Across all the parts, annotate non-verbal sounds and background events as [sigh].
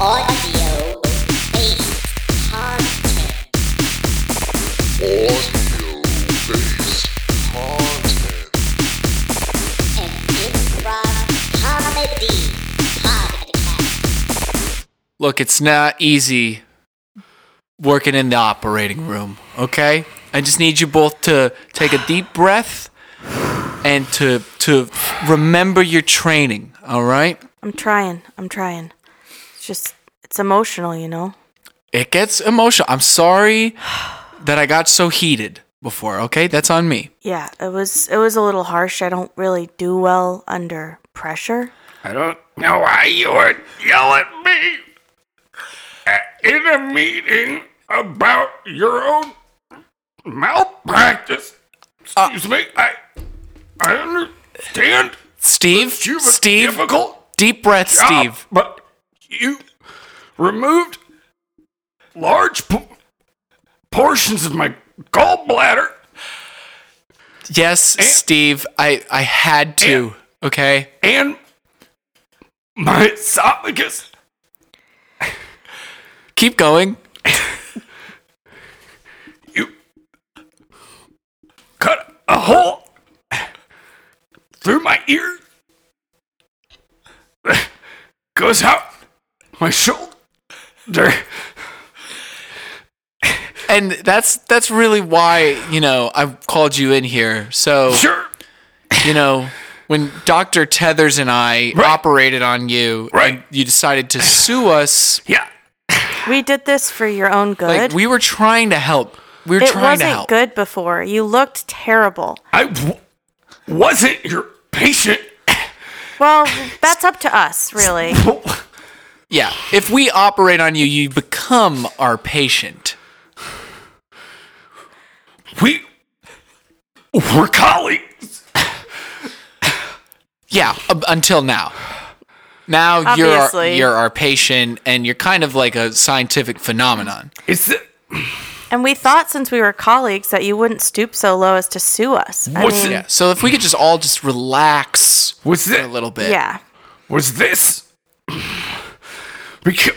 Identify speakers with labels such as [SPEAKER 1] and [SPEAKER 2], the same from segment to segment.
[SPEAKER 1] Audio based content.
[SPEAKER 2] Audio-based content.
[SPEAKER 1] An improv comedy podcast.
[SPEAKER 3] Look, it's not easy working in the operating room, okay? I just need you both to take a deep breath and to to remember your training, all right?
[SPEAKER 4] I'm trying. I'm trying. It's just, it's emotional, you know?
[SPEAKER 3] It gets emotional. I'm sorry that I got so heated before, okay? That's on me.
[SPEAKER 4] Yeah, it was, it was a little harsh. I don't really do well under pressure.
[SPEAKER 5] I don't know why you would yell at me uh, in a meeting about your own malpractice.
[SPEAKER 3] Uh,
[SPEAKER 5] Excuse me. I I understand.
[SPEAKER 3] Steve,
[SPEAKER 5] But you were
[SPEAKER 3] Steve,
[SPEAKER 5] difficult.
[SPEAKER 3] deep breath,
[SPEAKER 5] job,
[SPEAKER 3] Steve.
[SPEAKER 5] but you removed large po- portions of my gallbladder.
[SPEAKER 3] Yes, Steve, I I had to, okay?
[SPEAKER 5] and my esophagus.
[SPEAKER 3] Keep going.
[SPEAKER 5] You cut a hole through my ear, goes out my shoulder.
[SPEAKER 3] and that's that's really why you know I called you in here. So
[SPEAKER 5] Sure,
[SPEAKER 3] you know when Doctor Tethers and I
[SPEAKER 5] Right.
[SPEAKER 3] operated on you,
[SPEAKER 5] Right.
[SPEAKER 3] and you decided to sue us.
[SPEAKER 5] yeah.
[SPEAKER 4] We did this for your own good.
[SPEAKER 3] Like we were trying to help. We were
[SPEAKER 4] it
[SPEAKER 3] trying
[SPEAKER 4] wasn't
[SPEAKER 3] to help.
[SPEAKER 4] good before. You looked terrible.
[SPEAKER 5] I w- wasn't your patient.
[SPEAKER 3] [laughs]
[SPEAKER 4] Well, that's up to us, really.
[SPEAKER 3] Yeah. If we operate on you, you become our patient.
[SPEAKER 5] We were colleagues.
[SPEAKER 3] Yeah. up until now. Now you're our,
[SPEAKER 4] Obviously.
[SPEAKER 3] you're our patient, and you're kind of like a scientific phenomenon.
[SPEAKER 5] It's the,
[SPEAKER 4] And we thought since we were colleagues that you wouldn't stoop so low as to sue us. I
[SPEAKER 5] What's
[SPEAKER 4] mean,
[SPEAKER 3] Yeah. So if we could just all just relax
[SPEAKER 5] was
[SPEAKER 3] for a
[SPEAKER 5] the
[SPEAKER 3] little bit.
[SPEAKER 4] yeah.
[SPEAKER 5] was this because,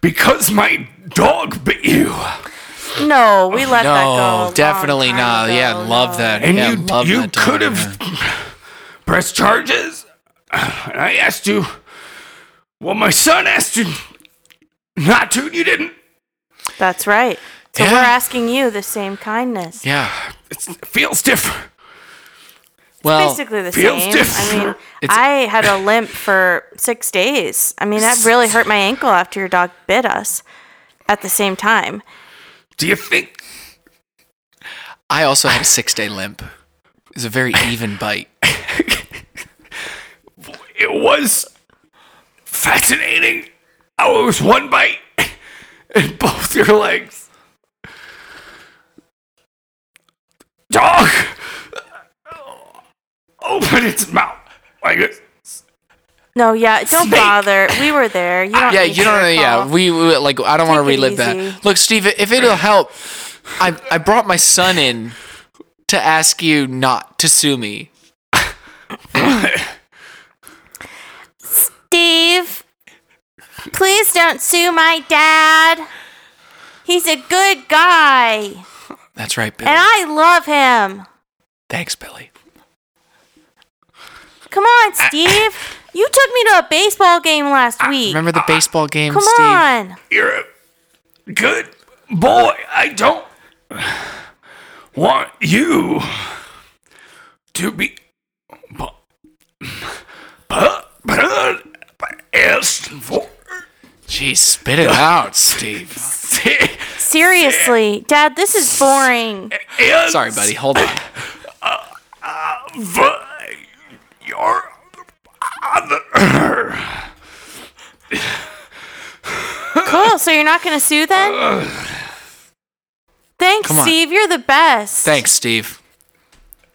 [SPEAKER 5] because my dog bit you
[SPEAKER 4] No, we let that go. a long
[SPEAKER 3] Oh, definitely
[SPEAKER 4] time
[SPEAKER 3] not.
[SPEAKER 4] ago.
[SPEAKER 3] yeah, love
[SPEAKER 4] No.
[SPEAKER 3] that.
[SPEAKER 5] and
[SPEAKER 3] yeah,
[SPEAKER 5] you
[SPEAKER 3] love
[SPEAKER 5] you
[SPEAKER 3] that dog.
[SPEAKER 5] could have pressed charges and i asked you well my son asked you not to and you didn't
[SPEAKER 4] That's right. So
[SPEAKER 3] Yeah.
[SPEAKER 4] we're asking you the same kindness.
[SPEAKER 3] Yeah.
[SPEAKER 5] it's, it feels different
[SPEAKER 3] Well,
[SPEAKER 4] basically the same.
[SPEAKER 5] feels
[SPEAKER 4] I mean,
[SPEAKER 5] different.
[SPEAKER 3] [laughs] It's-
[SPEAKER 4] I had a limp for six days. I mean, that really hurt my ankle after your dog bit us. At the same time,
[SPEAKER 5] do you think
[SPEAKER 3] I also had a six day limp. It was a
[SPEAKER 4] [laughs]
[SPEAKER 3] very even bite.
[SPEAKER 5] it was fascinating oh it was one bite in both your legs dog open its mouth like this
[SPEAKER 4] no, yeah, don't
[SPEAKER 5] Snake.
[SPEAKER 4] bother. We were there. You don't.
[SPEAKER 3] Yeah,
[SPEAKER 4] need
[SPEAKER 3] you
[SPEAKER 4] to
[SPEAKER 3] don't. know. Yeah,
[SPEAKER 4] recall.
[SPEAKER 3] we, we like. I don't want to
[SPEAKER 4] Take it
[SPEAKER 3] relive
[SPEAKER 4] easy.
[SPEAKER 3] that. Look, Steve, if it'll help, I I brought my son in to ask you not to sue me.
[SPEAKER 4] Steve, please don't sue my dad. He's a good guy, and
[SPEAKER 3] That's right, Billy.
[SPEAKER 4] I love him.
[SPEAKER 3] Thanks, Billy.
[SPEAKER 4] Come on,
[SPEAKER 3] Ah.
[SPEAKER 4] Steve. You took me to a baseball game last week.
[SPEAKER 3] Remember the baseball game,
[SPEAKER 4] Come
[SPEAKER 3] Steve?
[SPEAKER 4] on.
[SPEAKER 5] You're a good boy. I don't want you to be bu- bu- bu- asked for.
[SPEAKER 3] Jeez, spit it out, Steve.
[SPEAKER 4] Seriously, Dad, this is boring.
[SPEAKER 3] Sorry, buddy. Hold on.
[SPEAKER 5] Your father.
[SPEAKER 4] Cool. Oh, So you're not going to sue then? Thanks,
[SPEAKER 3] Come on.
[SPEAKER 4] Steve. You're the best.
[SPEAKER 3] Thanks, Steve.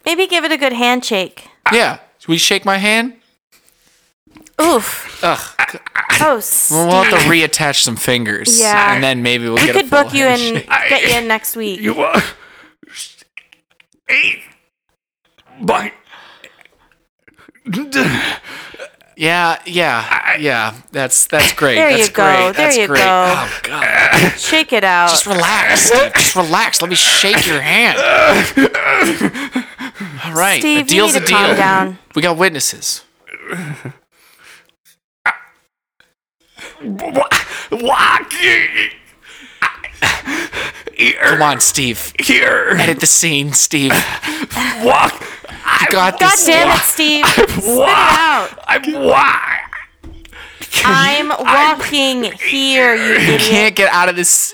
[SPEAKER 4] Maybe give it a good handshake.
[SPEAKER 3] Yeah, we shake my hand. [laughs]
[SPEAKER 4] Oof.
[SPEAKER 3] Ugh.
[SPEAKER 4] Oh,
[SPEAKER 3] Well, we'll have
[SPEAKER 4] Steve.
[SPEAKER 3] to reattach some fingers.
[SPEAKER 4] Yeah.
[SPEAKER 3] And then maybe we'll
[SPEAKER 4] we
[SPEAKER 3] get a
[SPEAKER 4] could
[SPEAKER 3] full
[SPEAKER 4] book you and
[SPEAKER 3] handshake.
[SPEAKER 4] get you in next week.
[SPEAKER 5] You are eight. But
[SPEAKER 3] Yeah, yeah. yeah, that's that's great.
[SPEAKER 4] There
[SPEAKER 3] that's
[SPEAKER 4] you go,
[SPEAKER 3] Great.
[SPEAKER 4] there
[SPEAKER 3] that's
[SPEAKER 4] you
[SPEAKER 3] great.
[SPEAKER 4] go.
[SPEAKER 3] Oh god.
[SPEAKER 4] Shake it out.
[SPEAKER 3] Just relax. Steve. Just relax. Let me shake your
[SPEAKER 5] [laughs]
[SPEAKER 3] hand. All right.
[SPEAKER 4] Steve,
[SPEAKER 3] a deal's
[SPEAKER 4] you need
[SPEAKER 3] a
[SPEAKER 4] to
[SPEAKER 3] deal.
[SPEAKER 4] calm down.
[SPEAKER 3] We got witnesses.
[SPEAKER 6] Walk
[SPEAKER 3] Come
[SPEAKER 6] here,
[SPEAKER 3] on, Steve.
[SPEAKER 6] here,
[SPEAKER 3] Edit the scene, Steve.
[SPEAKER 6] walk. I
[SPEAKER 3] Got
[SPEAKER 4] God
[SPEAKER 3] this.
[SPEAKER 4] damn it,
[SPEAKER 3] [laughs]
[SPEAKER 4] Steve. Spit it out.
[SPEAKER 6] I'm why.
[SPEAKER 4] I'm walking here, you idiot.
[SPEAKER 3] Can't get out of this.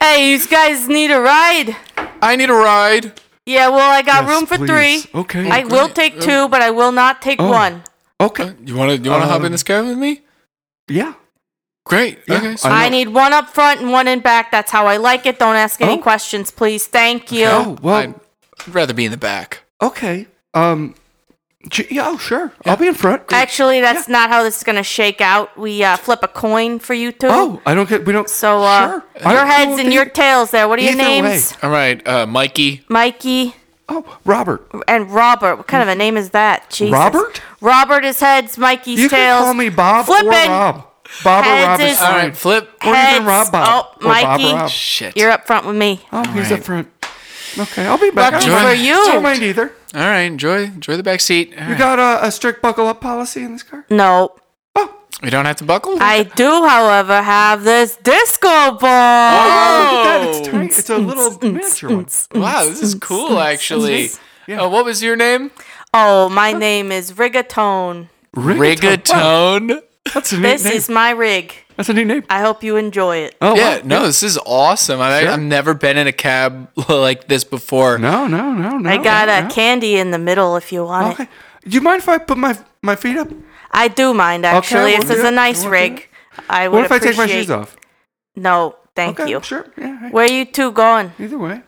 [SPEAKER 4] Hey, you guys need a ride?
[SPEAKER 3] I need a ride.
[SPEAKER 4] Yeah, well, I got room for three.
[SPEAKER 5] Okay.
[SPEAKER 4] I will
[SPEAKER 3] Uh,
[SPEAKER 4] take two, but I will not take
[SPEAKER 3] oh.
[SPEAKER 4] one.
[SPEAKER 5] okay.
[SPEAKER 3] You wanna you wanna hop in
[SPEAKER 5] Um,
[SPEAKER 3] this cab with me?
[SPEAKER 5] Yeah.
[SPEAKER 3] Great.
[SPEAKER 5] yeah,
[SPEAKER 3] Okay. so-
[SPEAKER 5] I-
[SPEAKER 4] I need one up front and one in back. That's how I like it. Don't ask any
[SPEAKER 5] Oh.
[SPEAKER 4] questions, please. Thank you.
[SPEAKER 5] Oh well.
[SPEAKER 3] I'd rather be in the back.
[SPEAKER 5] okay. Um. j- yeah. Oh, sure. I'll be in front.
[SPEAKER 4] Actually, that's not how this is going to shake out. We uh, flip a coin for you two.
[SPEAKER 5] oh, I don't get. We don't.
[SPEAKER 4] So, uh,
[SPEAKER 5] sure. I
[SPEAKER 4] your
[SPEAKER 5] don't-
[SPEAKER 4] heads and your
[SPEAKER 5] either-
[SPEAKER 4] tails there. What are your
[SPEAKER 5] either way.
[SPEAKER 4] names?
[SPEAKER 3] All right, uh, Mikey.
[SPEAKER 4] Mikey
[SPEAKER 5] Oh, Robert.
[SPEAKER 4] and Robert. What kind of a name is that? Jesus.
[SPEAKER 5] Robert?
[SPEAKER 4] Robert is heads, Mikey's
[SPEAKER 5] You
[SPEAKER 4] tails.
[SPEAKER 5] can call me Bob
[SPEAKER 4] Flippin'.
[SPEAKER 5] or Rob. Bob
[SPEAKER 4] Heads
[SPEAKER 5] or Rob
[SPEAKER 4] is-
[SPEAKER 5] is
[SPEAKER 3] All
[SPEAKER 5] fine.
[SPEAKER 3] right, flip.
[SPEAKER 5] Or even
[SPEAKER 4] Heads.
[SPEAKER 5] Rob Bob.
[SPEAKER 4] Oh,
[SPEAKER 5] or Bob
[SPEAKER 4] Mikey.
[SPEAKER 5] or Rob.
[SPEAKER 3] Shit.
[SPEAKER 4] You're up front with me.
[SPEAKER 5] Oh, he's
[SPEAKER 3] right.
[SPEAKER 5] up front. Okay, I'll be back.
[SPEAKER 4] Lucky
[SPEAKER 5] I don't
[SPEAKER 4] for
[SPEAKER 5] mind.
[SPEAKER 4] you.
[SPEAKER 5] I don't mind either.
[SPEAKER 3] All right, enjoy enjoy the back seat. All
[SPEAKER 5] You
[SPEAKER 3] right.
[SPEAKER 5] got a, a strict buckle up policy in this car?
[SPEAKER 4] No.
[SPEAKER 5] Oh,
[SPEAKER 3] we don't have to buckle.
[SPEAKER 4] I do, however, have this disco ball.
[SPEAKER 5] Oh, wow, look at that. It's tiny. It's a little miniature one.
[SPEAKER 3] wow, this
[SPEAKER 4] [laughs]
[SPEAKER 3] is cool actually.
[SPEAKER 5] Yeah.
[SPEAKER 3] Uh, what was your name?
[SPEAKER 4] Oh, my name is Rigatone.
[SPEAKER 5] Wow,
[SPEAKER 3] Rigatone.
[SPEAKER 5] That's a neat
[SPEAKER 4] This
[SPEAKER 5] name.
[SPEAKER 4] is my rig.
[SPEAKER 5] That's a neat name.
[SPEAKER 4] I hope you enjoy it.
[SPEAKER 5] Oh,
[SPEAKER 3] Yeah,
[SPEAKER 5] wow.
[SPEAKER 3] no, this is awesome. I,
[SPEAKER 5] Sure.
[SPEAKER 3] I've never been in a cab [laughs] like this before.
[SPEAKER 5] No, no, no, no.
[SPEAKER 4] I got
[SPEAKER 5] no,
[SPEAKER 4] a
[SPEAKER 5] no.
[SPEAKER 4] candy in the middle if you want
[SPEAKER 5] Okay.
[SPEAKER 4] it.
[SPEAKER 5] Do you mind if I put my my feet up?
[SPEAKER 4] I do mind, actually.
[SPEAKER 5] we'll
[SPEAKER 4] this is
[SPEAKER 5] do
[SPEAKER 4] a
[SPEAKER 5] it.
[SPEAKER 4] nice
[SPEAKER 5] We'll do
[SPEAKER 4] rig. I would
[SPEAKER 5] What if I take my
[SPEAKER 4] appreciate-
[SPEAKER 5] shoes off?
[SPEAKER 4] No, thank
[SPEAKER 5] okay,
[SPEAKER 4] you.
[SPEAKER 5] Sure. Yeah. hey,
[SPEAKER 4] Where you two going?
[SPEAKER 5] Either way.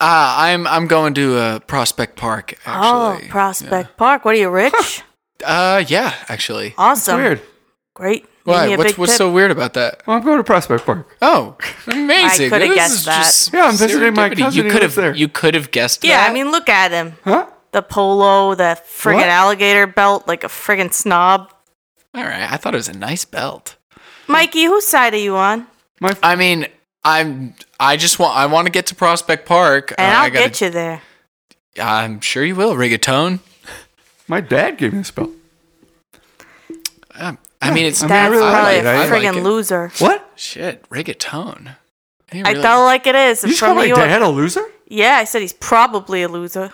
[SPEAKER 3] Ah, I'm I'm going to uh, Prospect Park actually.
[SPEAKER 4] oh, Prospect Park. What are you, rich?
[SPEAKER 3] Uh, yeah, actually.
[SPEAKER 4] awesome.
[SPEAKER 5] Weird.
[SPEAKER 4] Great. Give me
[SPEAKER 3] Why?
[SPEAKER 4] a
[SPEAKER 3] What's
[SPEAKER 4] big
[SPEAKER 3] what's
[SPEAKER 4] tip.
[SPEAKER 3] so weird about that?
[SPEAKER 5] Well, I'm going to Prospect Park.
[SPEAKER 4] [laughs]
[SPEAKER 3] Oh, amazing!
[SPEAKER 4] coulda
[SPEAKER 3] This
[SPEAKER 4] guessed
[SPEAKER 3] is
[SPEAKER 4] that.
[SPEAKER 3] just
[SPEAKER 5] Yeah, I'm visiting my
[SPEAKER 3] serendipity.
[SPEAKER 5] cousin
[SPEAKER 3] You
[SPEAKER 5] who
[SPEAKER 3] could have
[SPEAKER 5] lives there.
[SPEAKER 3] you could have guessed
[SPEAKER 4] Yeah,
[SPEAKER 3] that.
[SPEAKER 4] I mean, look at him.
[SPEAKER 5] Huh?
[SPEAKER 4] The polo, the friggin'
[SPEAKER 5] What?
[SPEAKER 4] alligator belt, like a friggin' snob.
[SPEAKER 3] all right. I thought it was a nice belt.
[SPEAKER 4] Mikey, whose side are you on?
[SPEAKER 5] My
[SPEAKER 3] I mean, I'm. I just want. I want to get to Prospect Park.
[SPEAKER 4] And
[SPEAKER 3] Uh,
[SPEAKER 4] I'll
[SPEAKER 3] I gotta-
[SPEAKER 4] get you there.
[SPEAKER 3] I'm sure you will, Rigatone.
[SPEAKER 5] my dad gave me this belt.
[SPEAKER 3] Um, I mean, it's
[SPEAKER 5] I mean, I
[SPEAKER 4] That's
[SPEAKER 5] really like
[SPEAKER 4] probably
[SPEAKER 5] it.
[SPEAKER 4] a
[SPEAKER 5] I
[SPEAKER 3] like
[SPEAKER 4] friggin'
[SPEAKER 3] it.
[SPEAKER 4] loser.
[SPEAKER 5] What?
[SPEAKER 3] Shit, rigatone. He
[SPEAKER 4] I
[SPEAKER 3] really-
[SPEAKER 4] felt like it is.
[SPEAKER 5] You
[SPEAKER 4] It's
[SPEAKER 5] just call
[SPEAKER 4] from New
[SPEAKER 5] my
[SPEAKER 4] York.
[SPEAKER 5] dad a loser?
[SPEAKER 4] Yeah, I said he's probably a loser.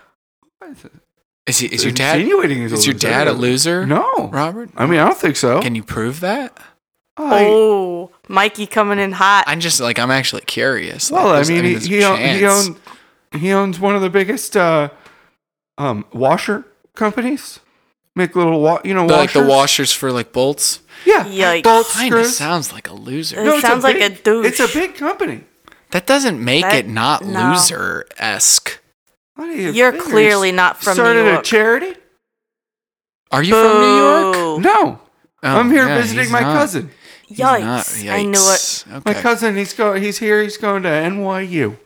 [SPEAKER 3] is, he, is your dad?
[SPEAKER 5] Insinuating he's a
[SPEAKER 3] Is your
[SPEAKER 5] loser.
[SPEAKER 3] dad a loser?
[SPEAKER 5] No.
[SPEAKER 3] Robert.
[SPEAKER 5] I mean, I don't think so.
[SPEAKER 3] Can you prove that?
[SPEAKER 5] I-
[SPEAKER 4] oh, Mikey coming in hot.
[SPEAKER 3] I'm just like I'm actually curious.
[SPEAKER 5] well,
[SPEAKER 3] Like,
[SPEAKER 5] I
[SPEAKER 3] there's-
[SPEAKER 5] mean, he,
[SPEAKER 3] there's a
[SPEAKER 5] he, own, he,
[SPEAKER 3] chance.
[SPEAKER 5] owned, he owns one of the biggest uh, um, washer companies. Make little, wa- you know,
[SPEAKER 3] The- like the
[SPEAKER 5] washers.
[SPEAKER 3] washers for like bolts.
[SPEAKER 5] Yeah.
[SPEAKER 4] Yikes.
[SPEAKER 5] Bolt
[SPEAKER 3] Kinda
[SPEAKER 5] screws.
[SPEAKER 3] sounds like a loser.
[SPEAKER 4] It
[SPEAKER 5] No, it's
[SPEAKER 4] sounds like
[SPEAKER 5] big-
[SPEAKER 4] a douche.
[SPEAKER 5] It's a big company.
[SPEAKER 3] That doesn't make
[SPEAKER 4] That-
[SPEAKER 3] it not
[SPEAKER 4] no.
[SPEAKER 3] loser esque.
[SPEAKER 5] What do you
[SPEAKER 4] You're
[SPEAKER 5] figure?
[SPEAKER 4] clearly not from New
[SPEAKER 5] started
[SPEAKER 4] York.
[SPEAKER 5] a charity?
[SPEAKER 3] Are you from New York?
[SPEAKER 4] Boo.
[SPEAKER 5] No.
[SPEAKER 3] Oh,
[SPEAKER 5] I'm here
[SPEAKER 3] yeah,
[SPEAKER 5] visiting
[SPEAKER 3] he's
[SPEAKER 5] my
[SPEAKER 3] not.
[SPEAKER 5] cousin.
[SPEAKER 3] He's
[SPEAKER 4] Yikes.
[SPEAKER 3] not.
[SPEAKER 4] I knew it.
[SPEAKER 3] Yikes. Okay.
[SPEAKER 5] My cousin, he's go he's here, he's going to NYU.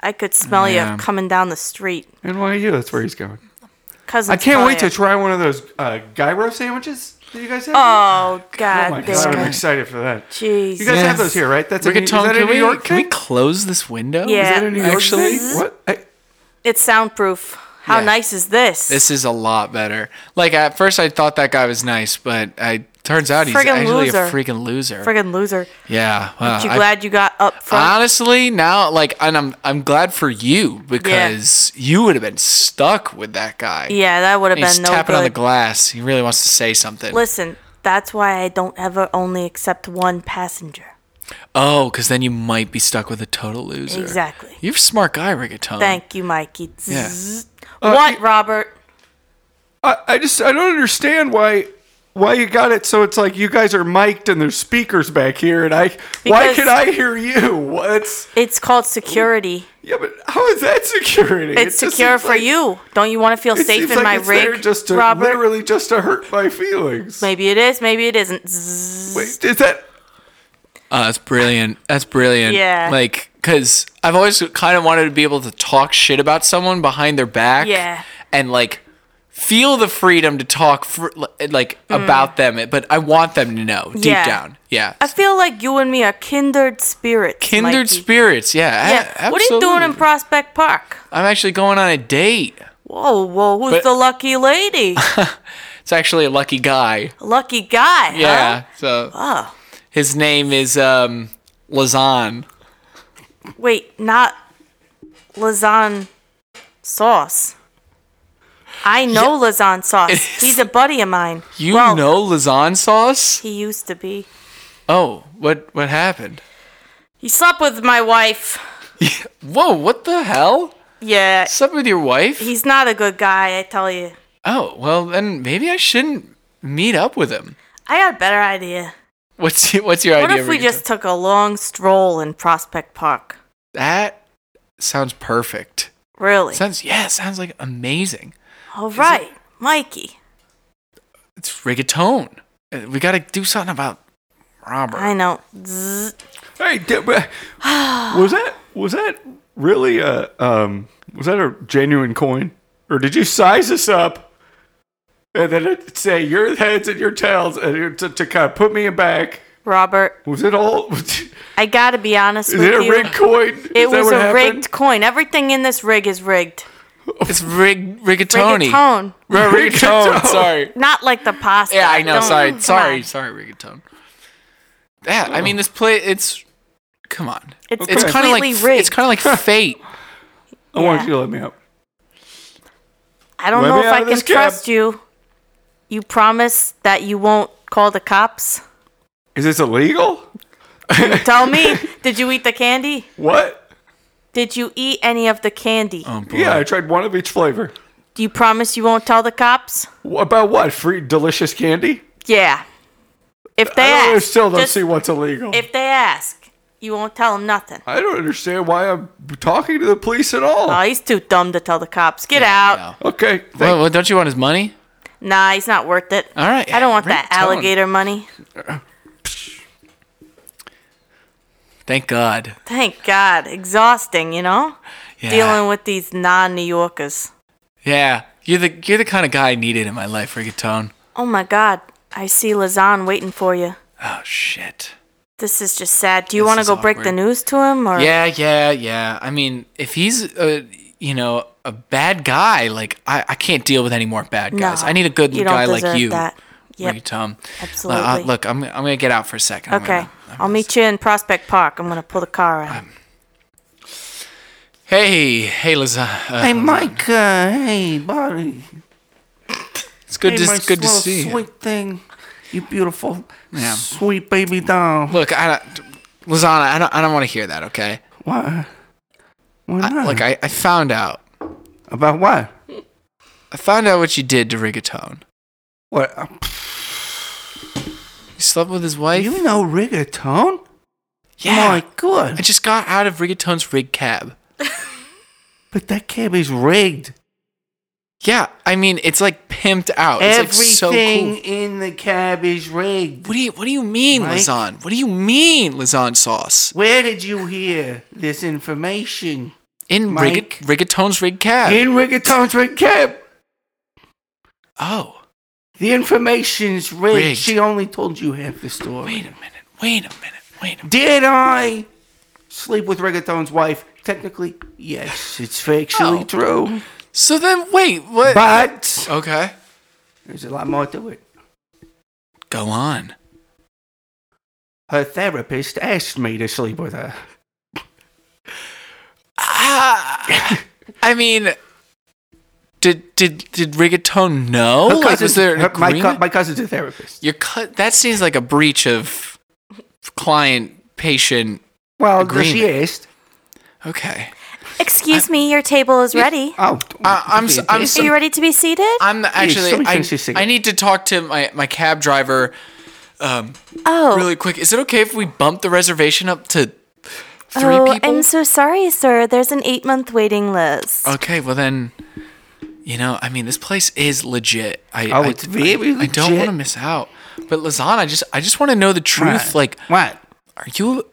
[SPEAKER 4] I could smell
[SPEAKER 3] Yeah.
[SPEAKER 4] you coming down the street.
[SPEAKER 5] NYU, that's where he's going.
[SPEAKER 4] Cousin
[SPEAKER 5] I can't wait
[SPEAKER 4] Tanya.
[SPEAKER 5] to try one of those uh, gyro sandwiches that you guys have.
[SPEAKER 4] Oh,
[SPEAKER 5] Oh
[SPEAKER 4] God,
[SPEAKER 5] my
[SPEAKER 4] damn
[SPEAKER 5] god, I'm
[SPEAKER 4] it.
[SPEAKER 5] excited for that.
[SPEAKER 4] Jeez.
[SPEAKER 5] You guys
[SPEAKER 3] Yes.
[SPEAKER 5] have those here, right? That's a, New- is
[SPEAKER 3] Rigatone,
[SPEAKER 5] that a
[SPEAKER 3] can
[SPEAKER 5] New
[SPEAKER 3] we
[SPEAKER 5] York
[SPEAKER 3] can we
[SPEAKER 5] thing?
[SPEAKER 3] close this window?
[SPEAKER 4] Yeah.
[SPEAKER 5] Is that a New York
[SPEAKER 3] Actually-
[SPEAKER 5] thing? What? I,
[SPEAKER 4] It's soundproof. How
[SPEAKER 3] Yeah.
[SPEAKER 4] nice is this?
[SPEAKER 3] This is a lot better. Like at first, I thought that guy was nice, but I turns out he's
[SPEAKER 4] Friggin'
[SPEAKER 3] actually a
[SPEAKER 4] loser.
[SPEAKER 3] freaking loser.
[SPEAKER 4] friggin' loser.
[SPEAKER 3] yeah. wow,
[SPEAKER 4] you
[SPEAKER 3] Uh, I-
[SPEAKER 4] glad you got up front?
[SPEAKER 3] honestly, now like, and I'm I'm glad for you because you would have been stuck with that guy.
[SPEAKER 4] yeah, that would have
[SPEAKER 3] He's
[SPEAKER 4] been no
[SPEAKER 3] tapping
[SPEAKER 4] good.
[SPEAKER 3] on the glass. He really wants to say something.
[SPEAKER 4] Listen, that's why I don't ever only accept one passenger.
[SPEAKER 3] Oh, because then you might be stuck with a total loser.
[SPEAKER 4] Exactly.
[SPEAKER 3] You're a smart guy, Rigatone.
[SPEAKER 4] Thank you, Mikey.
[SPEAKER 3] Yeah. Uh,
[SPEAKER 4] Zzz. what,
[SPEAKER 5] you-
[SPEAKER 4] Robert?
[SPEAKER 5] I, I just I don't understand why why you got it so it's like you guys are mic'd and there's speakers back here and I why
[SPEAKER 4] Because-
[SPEAKER 5] can I hear you? What's
[SPEAKER 4] It's called security.
[SPEAKER 5] yeah, but how is that security? It
[SPEAKER 4] It's
[SPEAKER 5] just
[SPEAKER 4] secure
[SPEAKER 5] seems
[SPEAKER 4] for
[SPEAKER 5] like-
[SPEAKER 4] you. Don't you want to feel
[SPEAKER 5] It
[SPEAKER 4] safe
[SPEAKER 5] seems
[SPEAKER 4] in
[SPEAKER 5] like
[SPEAKER 4] my
[SPEAKER 5] it's
[SPEAKER 4] rig,
[SPEAKER 5] there just to
[SPEAKER 4] Robert?
[SPEAKER 5] literally just to hurt my feelings.
[SPEAKER 4] Maybe it is. Maybe it isn't. Zzz.
[SPEAKER 5] Wait, is that
[SPEAKER 3] Oh, that's brilliant. That's brilliant.
[SPEAKER 4] Yeah.
[SPEAKER 3] Like, because I've always kind of wanted to be able to talk shit about someone behind their back.
[SPEAKER 4] Yeah.
[SPEAKER 3] And, like, feel the freedom to talk for, like about them, but I want them to know deep
[SPEAKER 4] Mm. Yeah.
[SPEAKER 3] down. Yeah.
[SPEAKER 4] I feel like you and me are kindred spirits.
[SPEAKER 3] Kindred
[SPEAKER 4] Mikey.
[SPEAKER 3] spirits. Yeah. a-
[SPEAKER 4] Yeah. What are you doing in
[SPEAKER 3] absolutely.
[SPEAKER 4] Prospect Park?
[SPEAKER 3] I'm actually going on a date.
[SPEAKER 4] Whoa, whoa, who's
[SPEAKER 3] But-
[SPEAKER 4] the lucky
[SPEAKER 5] [laughs]
[SPEAKER 4] lady?
[SPEAKER 3] It's actually a lucky guy.
[SPEAKER 4] lucky guy.
[SPEAKER 3] Yeah. So
[SPEAKER 4] Huh?
[SPEAKER 3] his name is um Lazan.
[SPEAKER 4] Oh, wait, not Lazan sauce. I know Lazan sauce.
[SPEAKER 3] It is-
[SPEAKER 4] He's a buddy of mine.
[SPEAKER 3] You
[SPEAKER 4] Well,
[SPEAKER 3] know Lazan sauce?
[SPEAKER 4] He used to be.
[SPEAKER 3] Oh, what what happened?
[SPEAKER 4] He slept with my wife.
[SPEAKER 3] Whoa, what the hell?
[SPEAKER 4] Yeah.
[SPEAKER 3] Slept with your wife?
[SPEAKER 4] He's not a good guy, I tell you.
[SPEAKER 3] Oh, well then maybe I shouldn't meet up with him.
[SPEAKER 4] I got a better idea.
[SPEAKER 3] What's [laughs] your, what's your
[SPEAKER 4] What
[SPEAKER 3] idea?
[SPEAKER 4] if we
[SPEAKER 3] Rita?
[SPEAKER 4] just took a long stroll in Prospect Park?
[SPEAKER 3] that sounds perfect.
[SPEAKER 4] Really?
[SPEAKER 3] Sounds yeah, sounds like amazing.
[SPEAKER 4] All right, Mikey.
[SPEAKER 3] It's rigatone. Uh, We got to do something about Robert.
[SPEAKER 4] I know. Zzz.
[SPEAKER 5] Hey, did, was that was that really a um was that a genuine coin, or did you size us up and then it say your heads and your tails and your- to, to kind of put me back?
[SPEAKER 4] Robert,
[SPEAKER 5] Was it all? [laughs] Was,
[SPEAKER 4] I gotta be honest
[SPEAKER 5] is
[SPEAKER 4] with
[SPEAKER 5] it a
[SPEAKER 4] you.
[SPEAKER 5] rigged
[SPEAKER 4] [laughs]
[SPEAKER 5] coin?
[SPEAKER 4] It
[SPEAKER 5] Is that
[SPEAKER 4] was a
[SPEAKER 5] what happened?
[SPEAKER 4] rigged coin. Everything in this rig is rigged.
[SPEAKER 3] It's rig rigatoni.
[SPEAKER 4] Rigatone.
[SPEAKER 3] R-
[SPEAKER 4] [laughs]
[SPEAKER 3] rigatone. Sorry.
[SPEAKER 4] Not like the pasta.
[SPEAKER 3] Yeah, I know.
[SPEAKER 4] Don't-
[SPEAKER 3] sorry,
[SPEAKER 4] come
[SPEAKER 3] sorry,
[SPEAKER 4] on.
[SPEAKER 3] sorry, rigatone. Yeah, I mean this play. It's come on.
[SPEAKER 4] It's,
[SPEAKER 3] It's kind of like
[SPEAKER 4] completely rigged.
[SPEAKER 3] it's kind
[SPEAKER 4] [laughs]
[SPEAKER 3] of like fate.
[SPEAKER 5] I want
[SPEAKER 4] Yeah.
[SPEAKER 5] you to let me out.
[SPEAKER 4] I don't
[SPEAKER 5] Let
[SPEAKER 4] know
[SPEAKER 5] me
[SPEAKER 4] if
[SPEAKER 5] out
[SPEAKER 4] I
[SPEAKER 5] of
[SPEAKER 4] can
[SPEAKER 5] this cab.
[SPEAKER 4] trust you. You promise that you won't call the cops?
[SPEAKER 5] Is this illegal?
[SPEAKER 4] Tell
[SPEAKER 5] [laughs]
[SPEAKER 4] me, did you eat the candy?
[SPEAKER 5] What?
[SPEAKER 4] Did you eat any of the candy?
[SPEAKER 3] Oh boy.
[SPEAKER 5] Yeah, I tried one of each flavor.
[SPEAKER 4] Do you promise you won't tell the cops?
[SPEAKER 5] Wh- About what? Free delicious candy?
[SPEAKER 4] Yeah. If they
[SPEAKER 5] I don't- I
[SPEAKER 4] ask,
[SPEAKER 5] still don't
[SPEAKER 4] just-
[SPEAKER 5] see what's illegal.
[SPEAKER 4] If they ask, you won't tell them nothing.
[SPEAKER 5] I don't understand why I'm talking to the police at all.
[SPEAKER 4] Oh, he's too dumb to tell the cops. Get out.
[SPEAKER 3] No.
[SPEAKER 5] okay, thank
[SPEAKER 3] Well, well, don't you want his money?
[SPEAKER 4] Nah, he's not worth it.
[SPEAKER 3] All right.
[SPEAKER 4] I don't want that
[SPEAKER 3] Rigatone.
[SPEAKER 4] alligator money.
[SPEAKER 3] Thank God.
[SPEAKER 4] Thank God. Exhausting, you know?
[SPEAKER 3] Yeah.
[SPEAKER 4] Dealing with these non New Yorkers.
[SPEAKER 3] Yeah, you're the you're the kind of guy I needed in my life, rigatone.
[SPEAKER 4] Oh my God. I see Lazan waiting for you.
[SPEAKER 3] Oh shit.
[SPEAKER 4] This is just sad. Do you
[SPEAKER 3] This
[SPEAKER 4] want to
[SPEAKER 3] is
[SPEAKER 4] go break the
[SPEAKER 3] awkward.
[SPEAKER 4] news to him? Or
[SPEAKER 3] Yeah, yeah, yeah. I mean, if he's a you know a bad guy, like I, I can't deal with any more bad
[SPEAKER 4] No,
[SPEAKER 3] guys. I need a good
[SPEAKER 4] you don't
[SPEAKER 3] guy like
[SPEAKER 4] deserve
[SPEAKER 3] you.
[SPEAKER 4] That. Yep.
[SPEAKER 3] Right, Tom.
[SPEAKER 4] absolutely.
[SPEAKER 3] Uh, look, I'm I'm gonna get out for a second. I'm
[SPEAKER 4] okay.
[SPEAKER 3] gonna-
[SPEAKER 4] i will meet you in Prospect Park. I'm going to pull the car out.
[SPEAKER 3] Hey, hey, Liza. Uh,
[SPEAKER 6] Hey, Mike. Uh, hey, buddy.
[SPEAKER 3] it's good
[SPEAKER 6] hey,
[SPEAKER 3] to
[SPEAKER 6] my
[SPEAKER 3] it's good to
[SPEAKER 6] little
[SPEAKER 3] see you.
[SPEAKER 6] sweet thing. You beautiful,
[SPEAKER 3] Yeah.
[SPEAKER 6] sweet baby doll.
[SPEAKER 3] Look, I don't, Lizana, I don't I don't want to hear that. Okay.
[SPEAKER 6] Why? Why
[SPEAKER 3] I,
[SPEAKER 6] not?
[SPEAKER 3] look, I, I found out.
[SPEAKER 6] About what?
[SPEAKER 3] I found out what you did to Rigatone.
[SPEAKER 6] What? uh,
[SPEAKER 3] You slept with his wife.
[SPEAKER 6] You know reggaeton?
[SPEAKER 3] Yeah.
[SPEAKER 6] My God.
[SPEAKER 3] I just got out of Rigatone's rig cab.
[SPEAKER 6] But that cab is rigged.
[SPEAKER 3] Yeah, I mean it's like pimped out. Oh, It's like so
[SPEAKER 6] Everything
[SPEAKER 3] cool.
[SPEAKER 6] in the cab is rigged.
[SPEAKER 3] What do you What do you mean,
[SPEAKER 6] Mike?
[SPEAKER 3] Lazan? What do you mean, Lazan sauce?
[SPEAKER 6] Where did you hear this information?
[SPEAKER 3] In rig-
[SPEAKER 6] Mike?
[SPEAKER 3] Rigatone's rig cab.
[SPEAKER 6] In reggaeton's rigged cab.
[SPEAKER 3] oh,
[SPEAKER 6] The information's rigged.
[SPEAKER 3] Rigged.
[SPEAKER 6] She only told you half the story.
[SPEAKER 3] wait a minute. Wait a minute. Wait a minute.
[SPEAKER 6] Did I sleep with reggaeton's wife? Technically, yes. It's factually
[SPEAKER 3] Oh.
[SPEAKER 6] true.
[SPEAKER 3] So then, wait. What?
[SPEAKER 6] But
[SPEAKER 3] Okay.
[SPEAKER 6] there's a lot more to it.
[SPEAKER 3] Go on.
[SPEAKER 6] Her therapist asked me to sleep with her.
[SPEAKER 3] Ah, I mean, did did did Rigatone know?
[SPEAKER 6] Her
[SPEAKER 3] Like, was
[SPEAKER 6] cousin-
[SPEAKER 3] there an
[SPEAKER 6] her- my,
[SPEAKER 3] agreement?
[SPEAKER 6] co- my cousin's a therapist.
[SPEAKER 3] Your cut. That seems like a breach of client patient.
[SPEAKER 6] Well, she
[SPEAKER 3] Agreement.
[SPEAKER 6] asked.
[SPEAKER 3] Okay.
[SPEAKER 4] Excuse me, your table is ready.
[SPEAKER 6] Oh,
[SPEAKER 3] I- I'm s- I'm s-
[SPEAKER 4] Are you ready to be seated?
[SPEAKER 3] I'm the- actually.
[SPEAKER 6] somebody
[SPEAKER 3] I,
[SPEAKER 6] finish his cigarette.
[SPEAKER 3] I need to talk to my my cab driver um,
[SPEAKER 4] Oh,
[SPEAKER 3] really quick. Is it okay if we bump the reservation up to three
[SPEAKER 4] oh,
[SPEAKER 3] people?
[SPEAKER 4] I'm so sorry, sir. There's an eight month waiting list.
[SPEAKER 3] okay. Well then. You know, I mean, this place is legit. I,
[SPEAKER 6] Oh,
[SPEAKER 3] I-
[SPEAKER 6] it's very
[SPEAKER 3] I, I don't
[SPEAKER 6] legit.
[SPEAKER 3] want to miss out. But Lazan, I just, I just want to know the truth. Like,
[SPEAKER 6] what?
[SPEAKER 3] are you,